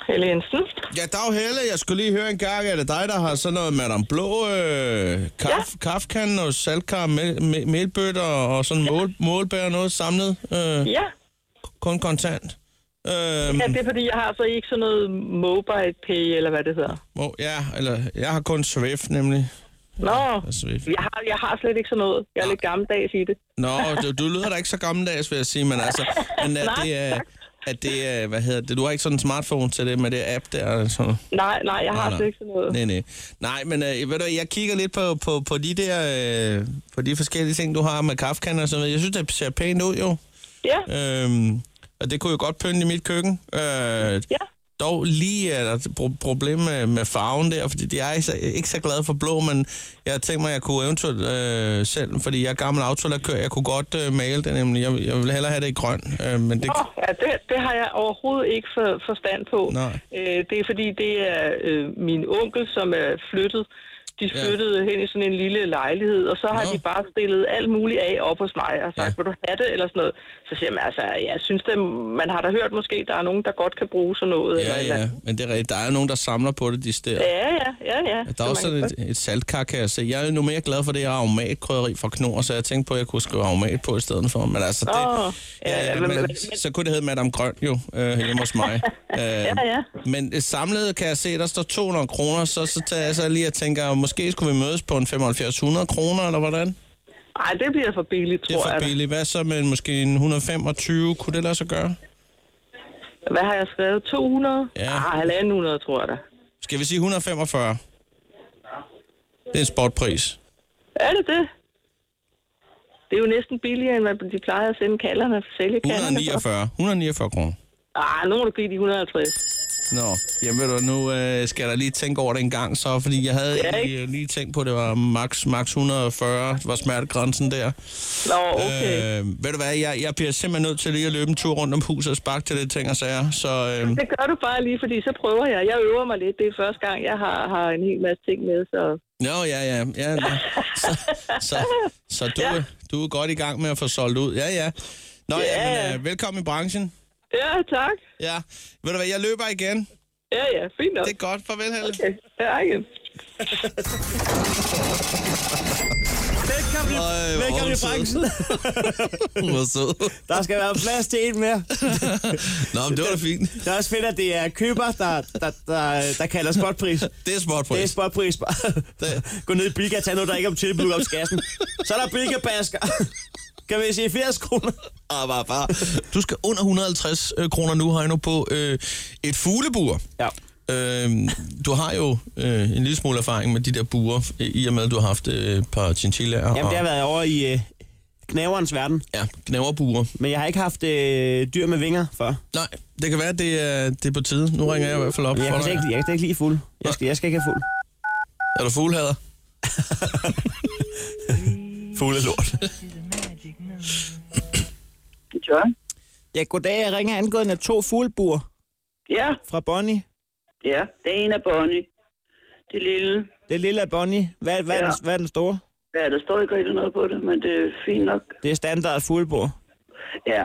Speaker 1: Helle Jensen.
Speaker 3: Ja, dag Helle. Jeg skulle lige høre en gang, er det dig, der har sådan noget Madame Blå, øh, kaf, ja. kaffekanden og saltkar, mel, mel, melbøtter og sådan ja. mål, målbær og noget samlet? Øh,
Speaker 1: Ja.
Speaker 3: Kun kontant? Øh,
Speaker 1: ja, det er fordi, jeg har så ikke sådan noget mobile pay, eller hvad det hedder.
Speaker 3: må, ja, eller jeg har kun Swift nemlig.
Speaker 1: Nå,
Speaker 3: Swift.
Speaker 1: jeg har, jeg har slet ikke sådan noget. Jeg er lidt gammeldags i det.
Speaker 3: Nå, du, du lyder da ikke så gammeldags, vil jeg sige, men altså, men at
Speaker 1: Nej,
Speaker 3: det er,
Speaker 1: tak.
Speaker 3: at det er, hvad hedder det, du har ikke sådan en smartphone til det med det app der, og sådan noget.
Speaker 1: Nej, nej, jeg har
Speaker 3: nej.
Speaker 1: slet ikke sådan noget.
Speaker 3: Nej, nej. Nej, men øh, ved du, hvad, jeg kigger lidt på, på, på de der, øh, på de forskellige ting, du har med kaffekander og sådan noget. Jeg synes, det ser pænt ud jo.
Speaker 1: Ja,
Speaker 3: Øhm, og det kunne jo godt pynte i mit køkken. Øh,
Speaker 1: ja.
Speaker 3: dog lige er der et pro- problem med, med farven der, fordi jeg er ikke så, ikke så glad for blå, men jeg har tænkt mig, at jeg kunne eventuelt øh, selv, fordi jeg er gammel autolakør, jeg kunne godt øh, male det nemlig. Jeg, jeg vil hellere have det i grøn, øh, men det...
Speaker 1: Nå, ja, det, det har jeg overhovedet ikke for, forstand på.
Speaker 3: Nej.
Speaker 1: Øh, det er fordi, det er øh, min onkel, som er flyttet
Speaker 6: de flyttede ja. hen i sådan en lille lejlighed, og så har
Speaker 3: Nå.
Speaker 6: de bare stillet alt muligt af op hos mig og sagt,
Speaker 3: Ja.
Speaker 6: ja. vil du have det, eller sådan noget. Så siger man, altså, jeg synes, det, man har da hørt måske, der er nogen, der godt kan bruge sådan noget. eller et
Speaker 3: Ja,
Speaker 6: eller
Speaker 3: ja,
Speaker 6: andet.
Speaker 3: men det er rigtigt. Der er jo nogen, der samler på det, de steder.
Speaker 6: Ja, ja, ja, ja.
Speaker 3: Der er
Speaker 6: Så
Speaker 3: også
Speaker 6: man
Speaker 3: sådan
Speaker 6: kan-
Speaker 3: et, et saltkar, kan jeg se. Jeg er nu mere glad for det her aromatkrydderi fra Knor, så jeg tænkte på, at jeg kunne skrive aromat på i stedet for. Men altså, det,
Speaker 6: Åh,
Speaker 3: ja,
Speaker 6: ja,
Speaker 3: ja,
Speaker 6: ja,
Speaker 3: men,
Speaker 6: men- men-
Speaker 3: så kunne det hedde Madame Grøn jo, øh, hjemme hos mig. øh, ja,
Speaker 6: ja.
Speaker 3: Men øh, samlet kan jeg se, der står 200 kroner, så, så tager jeg så lige og tænker, måske skulle vi mødes på en 7500 kroner, eller hvordan?
Speaker 6: Ej, det bliver for billigt,
Speaker 3: Det er
Speaker 6: tror
Speaker 3: for
Speaker 6: jeg.
Speaker 3: billigt. Hvad så med en- måske en 125? Kunne det lade sig gøre?
Speaker 6: Hvad har jeg skrevet? 200?
Speaker 3: Ja.
Speaker 6: Ah, 1.500, tror jeg da.
Speaker 3: Skal vi sige 145? Det er en sportpris.
Speaker 6: Er det det? Det er jo næsten billigere, end hvad de plejer at sende kalderne og sælge kalderne. for.
Speaker 3: 149. 149 kroner.
Speaker 6: Ah, nu må du give de 150.
Speaker 3: Nå, jamen ved du, nu øh, skal jeg da lige tænke over det en gang, så, fordi jeg havde
Speaker 6: Ja,
Speaker 3: egentlig, øh, lige tænkt på, at det var max, max 140, var smertegrænsen der.
Speaker 6: Nå, okay. Øh...
Speaker 3: Øh, ved du hvad, jeg, jeg bliver simpelthen nødt til lige at løbe en tur rundt om huset og sparke til det ting og sager, så øh,
Speaker 6: Det gør du bare lige, fordi så prøver jeg. Jeg øver mig lidt. Det er første gang, jeg har, har en hel masse ting med, så...
Speaker 3: Nå, ja, ja, ja. ja. Så, så, så du, ja. du er godt i gang med at få solgt ud. Ja, ja. Nå, ja,
Speaker 6: Ja.
Speaker 3: jamen, øh, velkommen i branchen.
Speaker 6: Ja, tak.
Speaker 3: Ja, ved du hvad, jeg løber igen.
Speaker 6: Ja, ja, fint nok.
Speaker 3: Det er godt, farvel, Helle.
Speaker 6: Okay. Ja, igen.
Speaker 4: Velkommen,
Speaker 3: Øj, hvor
Speaker 4: velkommen
Speaker 3: er
Speaker 4: i
Speaker 3: du sød.
Speaker 4: branchen.
Speaker 3: Hvor sød.
Speaker 4: Der skal være plads til en mere.
Speaker 3: Nå, men det var da fint.
Speaker 4: Det er også fedt, at det er køber, der, der, der, der kalder spotpris.
Speaker 3: Det er
Speaker 4: Det er
Speaker 3: sportpris.
Speaker 4: spotpris. Gå ned i Bilka og tag noget, der ikke er om tilbud om skassen. Så er der Bilka-basker. Kan vi sige 80 kroner?
Speaker 3: Ah, bare, bare. Du skal under 150 øh, kroner nu, Heino, på øh, et fuglebur.
Speaker 4: Ja.
Speaker 3: Øhm, du har jo øh, en lille smule erfaring med de der buer, øh, i og med, at du har haft øh, et par chinchillaer
Speaker 4: Jamen, det har
Speaker 3: og
Speaker 4: været over i øh, knaverens verden.
Speaker 3: ja, knæverbuer.
Speaker 4: Men jeg har ikke haft øh, dyr med vinger før.
Speaker 3: Nej, det kan være, at det er, det er på tide. Nu ringer jeg i hvert fald op
Speaker 4: Men jeg
Speaker 3: for dig.
Speaker 4: kan, slet ikke, jeg kan slet ikke lide fuld. Jeg skal, jeg skal ikke have fuld.
Speaker 3: Er du fuglehader? Fugle er lort.
Speaker 6: John?
Speaker 4: Ja, goddag. Jeg ringer angående to fuglbuer
Speaker 7: Ja,
Speaker 4: fra Bonnie.
Speaker 7: ja. Det ene er Bonnie. Det lille.
Speaker 4: Det lille af Bonnie. Hvad, hvad, ja. er den,
Speaker 7: Ja.
Speaker 4: hvad er den store?
Speaker 7: Ja, der står ikke rigtig noget på det, men det er fint nok.
Speaker 4: Det er standard fuglebord.
Speaker 7: Ja,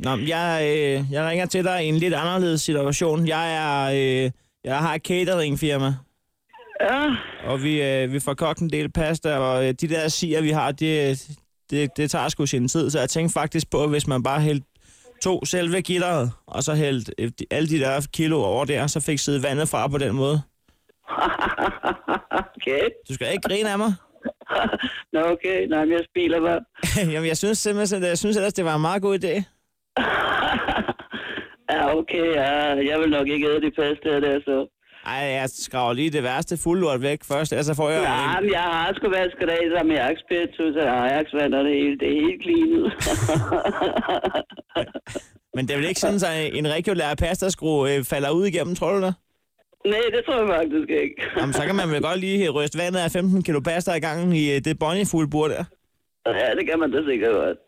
Speaker 4: Nå, men jeg, øh, jeg ringer til dig i en lidt anderledes situation. Jeg er, øh, jeg har et cateringfirma,
Speaker 7: ja.
Speaker 6: Ah,
Speaker 4: og vi, øh, vi får kogt en del pasta, og øh, de der siger, vi har, det, det, det tager sgu sin tid. Så jeg tænkte faktisk på, hvis man bare hældte to selve gitteret, og så hældte øh, de- alle de der kilo over der, så fik siddet vandet fra på den måde.
Speaker 7: okay.
Speaker 4: Du skal ikke grine af mig.
Speaker 7: Nå, okay. Nej, men jeg spiller bare.
Speaker 4: Jamen, jeg synes simpelthen, jeg synes ellers, det var en meget god idé.
Speaker 7: Ja, okay. Ja. Jeg vil nok ikke æde de pasta der, så.
Speaker 4: Ej, jeg skraver lige det værste fuldlort væk først, ellers så får jeg...
Speaker 7: Ja, men jeg har sgu vasket af sammen med Ajax Spiritus og Ajax vand, og det hele, det er helt cleanet.
Speaker 4: Men det er vel ikke sådan, at en regulær pastaskrue øh, falder ud igennem, tror du det?
Speaker 7: Nej, det tror jeg faktisk ikke.
Speaker 4: Jamen, så kan man vel godt lige ryste vandet af 15 kilo pasta i gangen i øh, det bonnefulde der.
Speaker 7: Ja, det kan man da sikkert godt.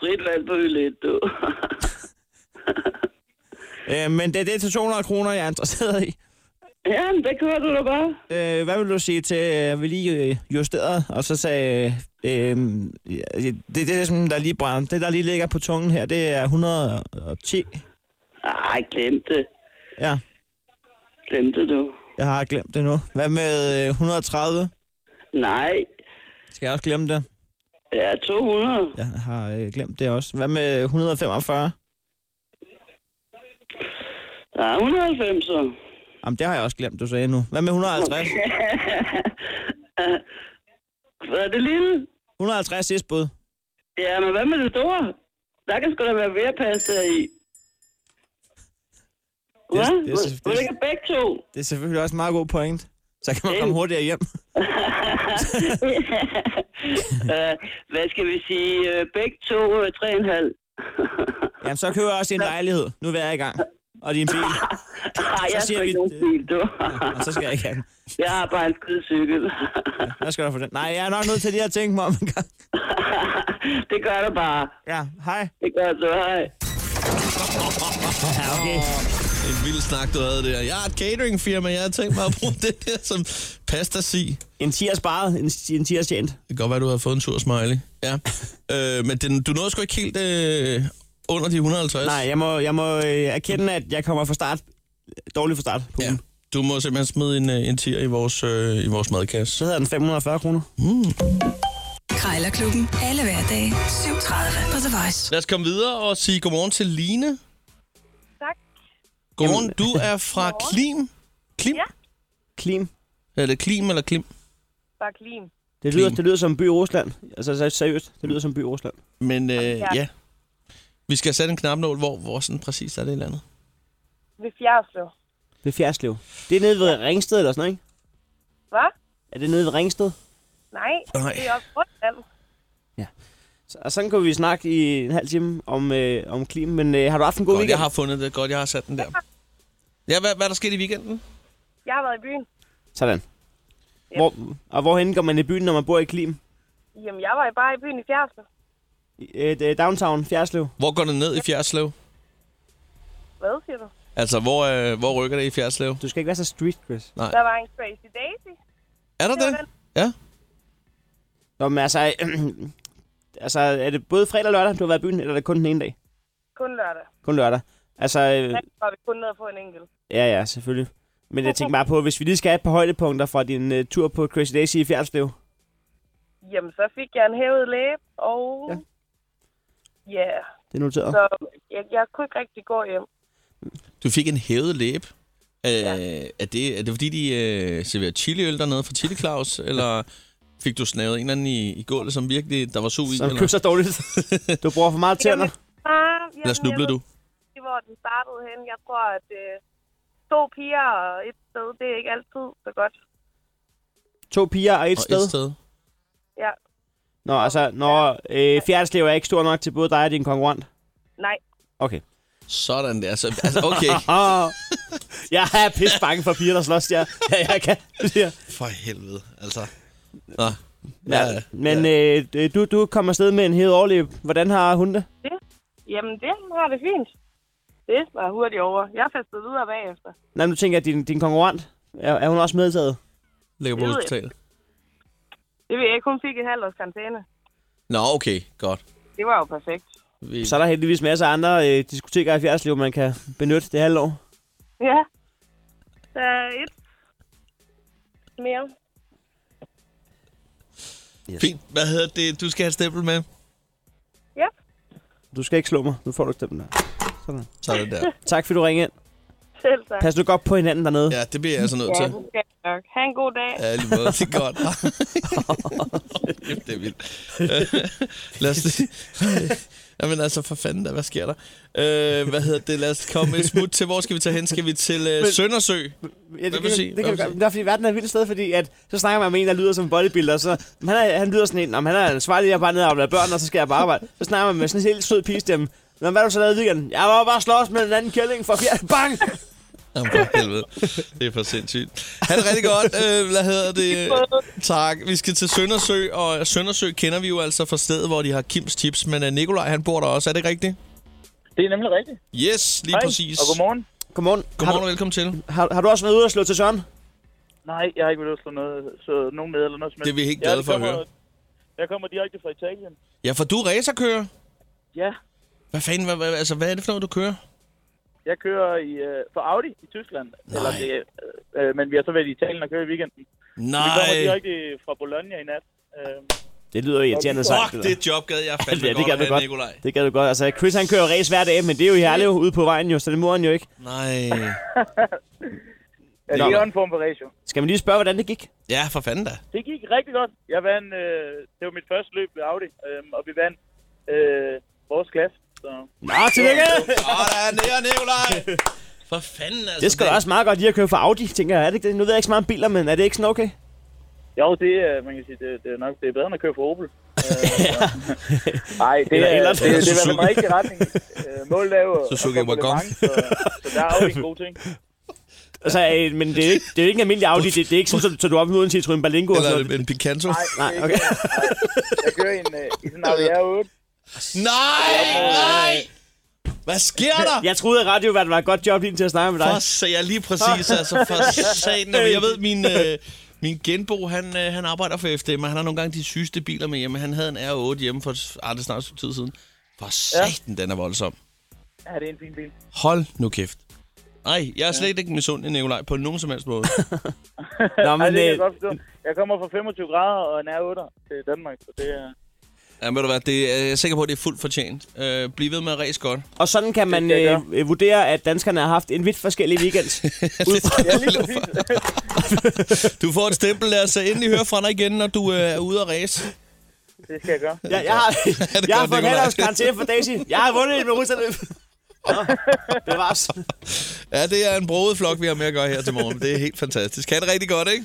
Speaker 7: Frit valg på hylde et, du.
Speaker 4: Øh, men det er det til 200 kroner, jeg er interesseret i.
Speaker 7: ja, men det kører du da bare.
Speaker 4: Øh, hvad vil du sige til, at vi lige øh, justerede, og så sagde... Øh, øh, det, det, er som der lige brænder. Det, der lige ligger på tungen her, det er 110.
Speaker 7: Ej, glem det.
Speaker 4: Ja,
Speaker 7: Glem det, du.
Speaker 4: jeg har glemt det nu. Hvad med øh, 130?
Speaker 7: Nej,
Speaker 4: Skal jeg også glemme det?
Speaker 7: ja, 200.
Speaker 4: Jeg har øh, glemt det også. Hvad med 145?
Speaker 7: Ja, 190. så.
Speaker 4: Jamen, det har jeg også glemt, du sagde nu. Hvad med 150?
Speaker 7: Hvad er det lille?
Speaker 4: 150 sidste bud.
Speaker 7: Ja, men hvad med det store? Der kan sgu da være mere pasta i.
Speaker 4: Det
Speaker 7: Hvad?
Speaker 4: er- det er- det er-
Speaker 7: Hvor ligger begge to?
Speaker 4: Det er selvfølgelig også en meget god point. Så kan man komme hurtigere hjem.
Speaker 7: Øh, Hvad skal vi sige? Øh, Begge to, øh, tre og en halv.
Speaker 4: Jamen, så køber jeg også en lejlighed. Nu er jeg i gang. Og din bil.
Speaker 7: Ej, jeg
Speaker 4: Så
Speaker 7: har
Speaker 4: siger
Speaker 7: sgu
Speaker 4: vi-
Speaker 7: ikke nogen bil, du.
Speaker 4: Og så skal jeg ikke have den.
Speaker 7: Jeg har bare en skide cykel.
Speaker 4: Jeg skal du få den. Nej, jeg er nok nødt til lige at tænke mig om en gang.
Speaker 7: Det gør du bare.
Speaker 4: Ja, hej.
Speaker 7: Det gør du, hej.
Speaker 4: Ja, okay.
Speaker 3: en vild snak, du havde der. Jeg har et cateringfirma, jeg har tænkt mig at bruge det der som pastasi.
Speaker 4: En tier sparet, en, en tier tjent.
Speaker 3: Det kan godt være, du havde fået en sur smiley. Ja. Øh, men den, du nåede sgu ikke helt øh, under de 150.
Speaker 4: Nej, jeg må, jeg må øh, erkende, at jeg kommer fra start. Dårligt fra start. Ja.
Speaker 3: Ja. Du må simpelthen smide en, øh, en tier i vores, øh, i vores madkasse.
Speaker 4: Så hedder den 540 kroner.
Speaker 2: Krejlerklubben. Alle hverdage 7.30 på The Voice.
Speaker 3: Lad os komme videre og sige godmorgen til Line.
Speaker 1: Tak.
Speaker 3: Godmorgen, du er fra Klim. Klim?
Speaker 1: Ja.
Speaker 4: Klim.
Speaker 3: Er det Klim eller Klim?
Speaker 1: Bare clean.
Speaker 4: Det lyder,
Speaker 3: Klim.
Speaker 4: det lyder som en by i Rusland. Altså se- seriøst, det lyder som en by i Rusland.
Speaker 3: Men øh, ja.
Speaker 1: Ja.
Speaker 3: ja. Vi skal sætte en knapnål, hvor, hvor sådan præcis er det i landet.
Speaker 1: Ved Fjerdslev.
Speaker 4: Ved Fjerslev. Det er nede ved Ringsted eller sådan noget, ikke?
Speaker 1: Hvad?
Speaker 4: Er det nede ved Ringsted?
Speaker 1: Nej,
Speaker 3: Nej.
Speaker 1: det er også Rødland.
Speaker 4: Så, og sådan kunne vi snakke i en halv time om, øh, om klim, men øh, har du haft en god
Speaker 3: Godt, jeg
Speaker 4: weekend?
Speaker 3: har fundet det. Godt, jeg har sat den der. Ja, hvad, hvad er der sket i weekenden?
Speaker 1: Jeg har været i byen.
Speaker 4: Sådan. Hvor, og hvorhen går man i byen, når man bor i klim?
Speaker 1: Jamen, jeg var i bare i byen i Fjerdslev.
Speaker 4: I- Øh, det er downtown, Fjerslev.
Speaker 3: Hvor går det ned i Fjerslev?
Speaker 1: Hvad siger du?
Speaker 3: Altså, hvor, øh, hvor rykker det i Fjerslev?
Speaker 4: Du skal ikke være så street, Chris.
Speaker 1: Der var en Crazy Daisy.
Speaker 3: Er der det?
Speaker 1: den.
Speaker 3: Ja.
Speaker 4: Nå, men altså, øh, altså, er det både fredag og lørdag, du har været i byen, eller er det kun den ene dag?
Speaker 1: Kun lørdag.
Speaker 4: Kun lørdag. Altså, øh,
Speaker 1: Der var vi kun nede på en enkelt.
Speaker 4: ja, ja, selvfølgelig. Men jeg tænker bare på, hvis vi lige skal have et par højdepunkter fra din øh, tur på Crazy Daisy i Fjerslev.
Speaker 1: Jamen, så fik jeg en hævet læbe, og...
Speaker 4: Ja.
Speaker 1: Ja. Yeah.
Speaker 4: Det er noteret.
Speaker 1: Så jeg, jeg kunne ikke rigtig gå hjem.
Speaker 3: Du fik en hævet læbe. Øh, er, det, er det fordi, de øh, serverer chiliøl dernede fra Chili Claus? eller fik du snavet en eller anden i, i gulvet, som virkelig, der var sug i?
Speaker 4: Som
Speaker 3: eller,
Speaker 4: kysser dårligt. Du bruger for meget tænder.
Speaker 1: Ah, jamen,
Speaker 3: eller snublede
Speaker 1: jeg
Speaker 3: du?
Speaker 1: ved ikke, hvor den startede hen. Jeg tror, at øh, to piger og et sted, det er ikke altid så godt.
Speaker 4: To piger og et
Speaker 3: Og
Speaker 4: sted.
Speaker 3: et sted.
Speaker 1: Ja,
Speaker 4: Nå, altså, når øh, Fjerdslev er ikke stor nok til både dig og din konkurrent.
Speaker 1: nej.
Speaker 4: Okay.
Speaker 3: Sådan der. Så, altså, okay.
Speaker 4: Oh, jeg er pisse bange for piger, der slås. Jeg, jeg, jeg kan. Ja.
Speaker 3: For helvede, altså. Nå.
Speaker 4: Ja, men øh, du, du kom afsted med en hed overløb. Hvordan har hun det?
Speaker 1: Jamen, det var det fint. Det var hurtigt over. Jeg festede videre bagefter.
Speaker 4: Nej, men du tænker, at din, din konkurrent, er, er hun også medtaget?
Speaker 3: Ligger på
Speaker 1: det ved jeg
Speaker 3: hospitalet.
Speaker 1: Det ved jeg ikke. Hun fik et halvt års karantæne.
Speaker 3: Nå, okay. Godt.
Speaker 1: Det var jo perfekt.
Speaker 3: Vi,
Speaker 4: Så er der heldigvis masser af andre øh, diskoteker i Fjerdslev, man kan benytte det halve år.
Speaker 1: Ja. Der er et mere.
Speaker 3: fint. Hvad hedder det? Du skal have et stempel med.
Speaker 1: Ja.
Speaker 4: Du skal ikke slå mig. Nu får du stemmen der.
Speaker 3: Sådan der.
Speaker 4: Tak, fordi du ringede ind.
Speaker 1: Selv tak.
Speaker 4: Pas nu godt på hinanden dernede.
Speaker 3: Ja, det bliver jeg altså nødt
Speaker 1: Ja,
Speaker 3: til.
Speaker 1: det skal jeg nok. Ha' en god dag.
Speaker 3: Ja, i lige måde. Det er godt. Kæft, det er vildt. Øh, Lad os lige... Jamen altså, for fanden da, hvad sker der? Øh, hvad hedder det? Lad os komme et smut til. Hvor skal vi tage hen? Skal vi til øh, Søndersø?
Speaker 4: Ja, det,
Speaker 3: Hvad
Speaker 4: kan,
Speaker 3: vil
Speaker 4: det,
Speaker 3: sige?
Speaker 4: det
Speaker 3: Hvad
Speaker 4: kan
Speaker 3: vil
Speaker 4: vi gøre.
Speaker 3: sige?
Speaker 4: Men Det er fordi verden er et vildt sted, fordi at, så snakker man med en, der lyder som en bodybuilder, og så "Men han, er, han lyder sådan en, om han er ansvarlig, jeg er bare nede og afleverer børn, og så skal jeg bare arbejde. Så snakker man med sådan en helt sød pigestemme. Nå, hvad har du så lavet i weekenden? Jeg var bare slås med en anden kælling for fjerde. Bang!
Speaker 3: Jamen, for helvede. Det er for sindssygt. Han er rigtig godt. Øh, hvad hedder det? Tak. Vi skal til Søndersø, og Søndersø kender vi jo altså fra stedet, hvor de har Kims Chips. Men øh, Nikolaj, han bor der også. Er det rigtigt?
Speaker 8: Det er nemlig rigtigt.
Speaker 3: Yes, lige præcis.
Speaker 8: og godmorgen.
Speaker 4: Godmorgen. Har,
Speaker 3: Godmorgen og velkommen til.
Speaker 4: du- har, har, du også været ude og slå til Søren?
Speaker 8: Nej, jeg har ikke været ude at slå noget, så nogen med eller noget som
Speaker 3: Det er vi
Speaker 8: helst.
Speaker 3: helt glade
Speaker 8: Jeg
Speaker 3: for at
Speaker 8: kommer-
Speaker 3: høre.
Speaker 8: Jeg kommer direkte fra Italien.
Speaker 3: Ja, for du er racerkører.
Speaker 8: Ja,
Speaker 3: Hvad fanden, hvad, hvad, altså, hvad er det for noget, du kører?
Speaker 8: jeg kører i, øh, for Audi i Tyskland. Nej. Eller det, øh, øh, men vi har så været i Italien og kører i weekenden. Vi kommer
Speaker 3: Nej.
Speaker 8: direkte fra Bologna i nat. Øh,
Speaker 4: Det lyder irriterende sagt.
Speaker 3: Fuck,
Speaker 4: der.
Speaker 3: det job gad jeg fandme
Speaker 4: Ja, det
Speaker 3: godt
Speaker 4: gad
Speaker 3: at
Speaker 4: du
Speaker 3: have,
Speaker 4: godt.
Speaker 3: Nikolaj.
Speaker 4: Det kan du godt. Altså, Chris han kører race hver dag, men det er jo i Herlev ude på vejen jo, så det må han jo ikke.
Speaker 3: Nej.
Speaker 8: ja, det er en form for ratio.
Speaker 4: Skal man lige spørge, hvordan det gik?
Speaker 3: Ja, for fanden da.
Speaker 8: Det gik rigtig godt. Jeg vandt, øh, det var mit første løb ved Audi, øh, og vi vandt øh, vores klasse. Så.
Speaker 4: Nå, tillykke!
Speaker 3: Sådan der, Nikolaj. For fanden, altså.
Speaker 4: Det skal da også meget godt lige at køre for Audi, tænker jeg. Er det ikke det? Nu ved jeg ikke så meget om biler, men er det ikke sådan okay?
Speaker 8: Jo, det, øh, man kan sige, det, det, er nok det er bedre end at køre for Opel. Nej, det,
Speaker 4: Eller
Speaker 8: er-
Speaker 4: ellers.
Speaker 8: det, det, det er i hvert fald den rigtige retning. Øh, målet er jo at
Speaker 3: Suzuki
Speaker 8: komme til Le
Speaker 3: Wagon.
Speaker 8: Mans, så, så der er jo en god ting.
Speaker 4: Altså, øh, men det er, jo ikke, det er jo ikke en almindelig Audi. Det, det er ikke sådan, så, så du er oppe uden til en Berlingo. og
Speaker 3: Eller
Speaker 4: sådan
Speaker 3: er det en Picanto?
Speaker 8: Nej,
Speaker 4: Nej,
Speaker 8: det er
Speaker 4: okay.
Speaker 8: ikke- nej. Jeg kører i en, øh, i sådan en Audi R8.
Speaker 3: Nej, nej. Hvad sker der?
Speaker 4: Jeg troede, at radioværten var et godt job lige til at snakke med dig.
Speaker 3: For se, jeg lige præcis, altså for satan. Jamen, Jeg ved, min, øh, min genbo, han, øh, han arbejder for FDM, og han har nogle gange de sygeste biler med hjemme. Han havde en R8 hjemme for ah, det er snart et stykke tid siden. For satan, den er voldsom.
Speaker 8: Ja, det er en fin bil.
Speaker 3: Hold nu kæft. Nej, jeg er slet ikke misundelig, Nikolaj, på nogen som helst måde.
Speaker 4: Nå,
Speaker 8: Ja,
Speaker 4: men,
Speaker 8: det kan jeg
Speaker 4: øh,
Speaker 8: godt forstå. Jeg kommer fra 25 grader og nær 8 til Danmark, så det er...
Speaker 3: ja, ved du hvad, det er, jeg er sikker på, at det er fuldt fortjent. Øh, bliv ved med at ræse godt.
Speaker 4: og sådan kan man
Speaker 8: skal jeg
Speaker 4: øh, øh, vurdere, at danskerne har haft en vidt forskellig weekend. Ud fra-
Speaker 8: Ja, lige præcis.
Speaker 3: Du får et stempel, lad os øh, endelig høre fra dig igen, når du øh, er ude at ræse.
Speaker 8: det skal jeg gøre.
Speaker 4: jeg, jeg, har,
Speaker 3: det
Speaker 4: jeg har
Speaker 3: godt,
Speaker 4: fået
Speaker 3: Nicolaj.
Speaker 4: halvdags karantæne for Daisy. Jeg har vundet et Jerusalem. Det var
Speaker 3: Ja, det er en broet flok, vi har med at gøre her til morgen. Det er helt fantastisk. Kan det rigtig godt, ikke?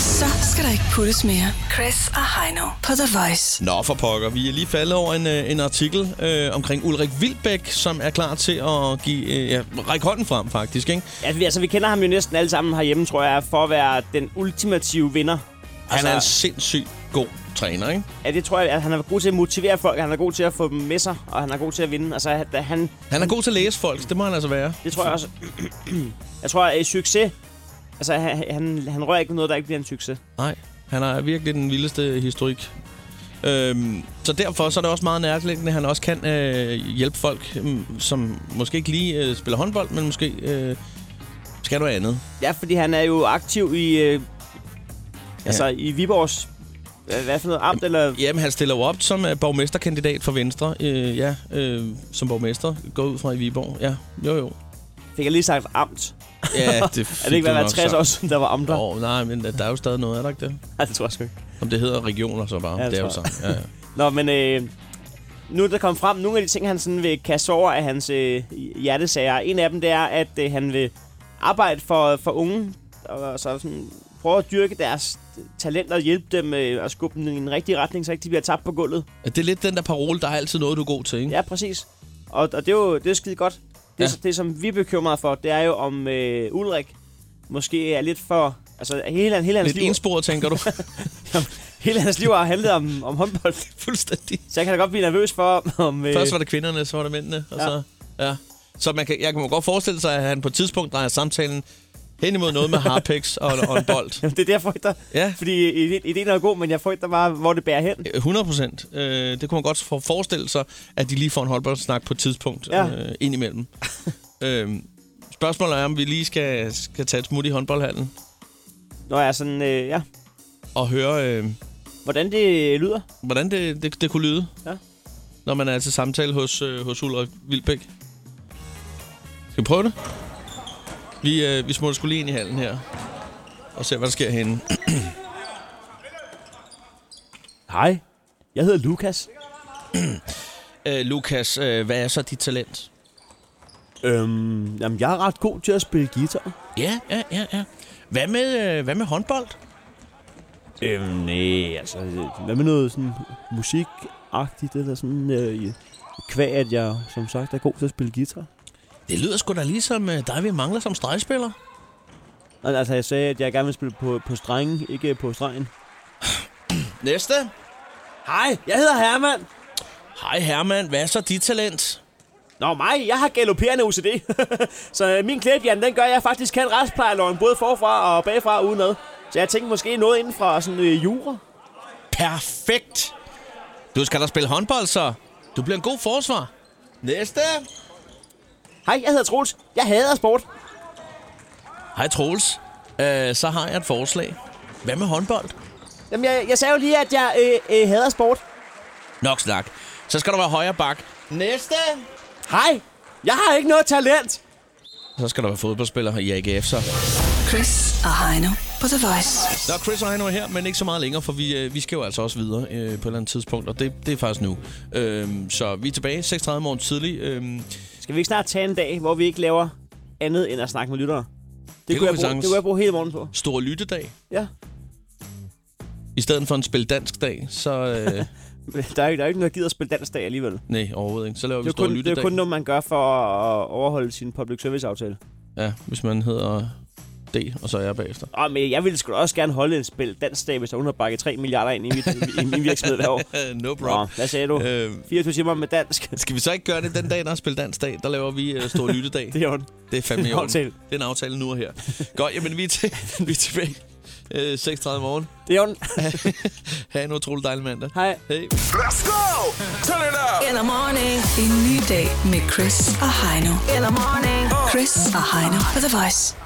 Speaker 2: Så skal der ikke puttes mere. Chris og Heino på The Voice.
Speaker 3: Nå, for pokker. Vi er lige faldet over en, øh, en artikel øh, omkring Ulrik Vilbæk, som er klar til at give, øh, ja, række hånden frem, faktisk. Ikke?
Speaker 4: Ja, vi- altså, vi kender ham jo næsten alle sammen herhjemme, tror jeg, for at være den ultimative vinder.
Speaker 3: Han er en sindssygt god træner, ikke?
Speaker 4: Ja, det tror jeg, at han er god til at motivere folk, han er god til at få dem med sig, og han er god til at vinde. Altså, at han,
Speaker 3: Han er god til at læse folk, det må han altså være.
Speaker 4: det tror jeg også. jeg tror, at øh, succes... Altså, han, han, han rører ikke ved noget, der ikke bliver en succes.
Speaker 3: Nej, han har virkelig den vildeste historik. Øhm, så derfor så er det også meget nærliggende, at han også kan øh, hjælpe folk, mm, som måske ikke lige øh, spiller håndbold, men måske øh, skal noget andet.
Speaker 4: Ja, fordi han er jo aktiv i... Øh, altså, i Viborgs... Hvad, hvad for noget? Amt eller...
Speaker 3: Jamen, han stiller jo op som øh, borgmesterkandidat for Venstre. Øh, ja, øh, som borgmester. Går ud fra i Viborg. Ja, jo jo.
Speaker 4: Fik jeg lige sagt amt?
Speaker 3: Ja, det
Speaker 4: Er det ikke været 60 år siden, der var amter?
Speaker 3: Åh, nej, men der er jo stadig noget, er der ikke det?
Speaker 4: Nej, det tror jeg sgu ikke.
Speaker 3: Om det hedder regioner så bare.
Speaker 4: Ja,
Speaker 3: Ja,
Speaker 4: det
Speaker 3: det er jo
Speaker 4: tror
Speaker 3: så. Ja, ja.
Speaker 4: Nå, men øh, nu er der kommet frem nogle af de ting, han sådan vil kaste over af hans øh, hjertesager. En af dem, det er, at øh, han vil arbejde for, for unge, og så sådan, prøve at dyrke deres talenter og hjælpe dem øh, og skubbe dem i den rigtige retning, så ikke de bliver tabt på gulvet.
Speaker 3: Det er lidt den der parole, der er altid noget, du er god til, ikke?
Speaker 4: Ja, præcis. Og, og det er jo det er skide godt. Det, ja.
Speaker 3: Ja.
Speaker 4: det, som vi er bekymrede for, det er jo, om øh, Ulrik måske er lidt for... Altså, hele, hele, hans,
Speaker 3: Lidt
Speaker 4: liv,
Speaker 3: ensporet, tænker du?
Speaker 4: hele hans liv har handlet om, om håndbold,
Speaker 3: Fuldstændig.
Speaker 4: så jeg kan da godt blive nervøs for, om... Øh,
Speaker 3: Først var det kvinderne, så var det mændene, og
Speaker 4: Ja.
Speaker 3: ja. så... Ja. Så man kan, jeg kan jo godt forestille sig, at han på et tidspunkt drejer samtalen hen imod noget med harpiks og, og en bold.
Speaker 4: Jamen, det er det, jeg frygter.
Speaker 3: Ja.
Speaker 4: Fordi ide- ideen er god, men jeg frygter bare, hvor det bærer hen.
Speaker 3: 100 procent. Øh, det kunne man godt for- forestille sig, at de lige får en holdboldsnak på et tidspunkt
Speaker 4: Ja.
Speaker 3: ja. øh, indimellem. øh, spørgsmålet er, om vi lige skal, skal tage et smut i håndboldhallen
Speaker 4: Når jeg er sådan, øh, ja,
Speaker 3: og høre, øh,
Speaker 4: hvordan det øh, lyder.
Speaker 3: hvordan det, det, det kunne lyde,
Speaker 4: Ja.
Speaker 3: når man er til samtale hos, øh, hos Ulrik Vilbæk. Skal vi prøve det? Vi, øh, vi smutter skulle lige ind i hallen her og ser, hvad der sker herinde.
Speaker 4: Hej, jeg hedder Lukas.
Speaker 3: Øh, Lukas, øh, hvad er så dit talent?
Speaker 4: Øhm, jamen, jeg er ret god til at spille guitar.
Speaker 3: Ja, ja, ja, ja. Hvad med, øh, hvad med håndbold?
Speaker 4: Øhm, nej, altså, øh, hvad med noget sådan musikagtigt eller sådan, øh, i- kvæg, at jeg som sagt er god til at spille guitar.
Speaker 3: Det lyder sgu da ligesom øh, dig, vi mangler som stregspiller.
Speaker 4: Og, Altså, jeg sagde, at jeg gerne vil spille på, på strengen, ikke på stregen.
Speaker 3: Næste.
Speaker 4: Hej, jeg hedder Herman.
Speaker 3: Hej Herman, hvad er så dit talent?
Speaker 4: Nå mig, jeg har galopperende OCD. så øh, min klæbjern, den gør, at jeg faktisk kan retsplejelåren både forfra og bagfra og udenad. Så jeg tænkte måske noget inden fra sådan øh, jura.
Speaker 3: Perfekt. Du skal da spille håndbold, så. Du bliver en god forsvar. Næste.
Speaker 4: Hej, jeg hedder Troels. Jeg hader sport.
Speaker 3: Hej Troels. Øh, så har jeg et forslag. Hvad med håndbold?
Speaker 4: Jamen, jeg, jeg sagde jo lige, at jeg øh, øh, hader sport.
Speaker 3: Nok snak. Så skal du være højre bak. Næste.
Speaker 4: Hej, jeg har ikke noget talent.
Speaker 3: Så skal du være fodboldspiller i AGF, så.
Speaker 2: Chris og Heino på The Voice.
Speaker 3: Nå, Chris og Heino er her, men ikke så meget længere, for vi, øh, vi skal jo altså også videre øh, på et eller andet tidspunkt, og det, det er faktisk nu. Øh, så vi er tilbage 6.30 morgen tidlig. Øh,
Speaker 4: Skal vi ikke snart tage en dag, hvor vi ikke laver andet end at snakke med lyttere?
Speaker 3: kunne
Speaker 4: Det, kunne, jeg
Speaker 3: vi
Speaker 4: bruge,
Speaker 3: sagtens.
Speaker 4: det kunne jeg bruge hele morgen på.
Speaker 3: stor lyttedag.
Speaker 4: Ja.
Speaker 3: I stedet for en spil dansk dag, så... Øh,
Speaker 4: Der er, jo- der er jo ikke noget, der gider at spille dansk dag alligevel. Det
Speaker 3: nej, overhovedet ikke. Så laver vi
Speaker 4: er,
Speaker 3: stor
Speaker 4: kun, det er
Speaker 3: lyttedag.
Speaker 4: kun noget, man gør for at overholde sin public service aftale.
Speaker 3: Ja, hvis man hedder D, og så er jeg bagefter.
Speaker 4: Åh, Ah, men jeg ville sgu da også gerne holde en spil dansdag, hvis der hun har bakket 3 milliarder ind i, mit, i min virksomhed hver år.
Speaker 3: Øh, no
Speaker 4: Nå,
Speaker 3: problem.
Speaker 4: hvad sagde du?
Speaker 3: Øh,
Speaker 4: 24 timer med dansk.
Speaker 3: skal vi så ikke gøre det den dag, der er spildansdag? Der laver vi uh, stor lyttedag.
Speaker 4: Det er jo en
Speaker 3: Det er fandme i
Speaker 4: En
Speaker 3: orden.
Speaker 4: aftale.
Speaker 3: Det er en aftale nu og her. Godt, jamen vi er, til, vi er tilbage øh, 6.30 morgen.
Speaker 4: Det er jo en...
Speaker 3: ha' en utrolig dejlig mandag.
Speaker 4: Hej.
Speaker 3: Hej.
Speaker 5: Let's go! Turn it up!
Speaker 2: Eller morning. En ny dag med Chris og Heino. Eller morning. Chris og Heino på The Voice.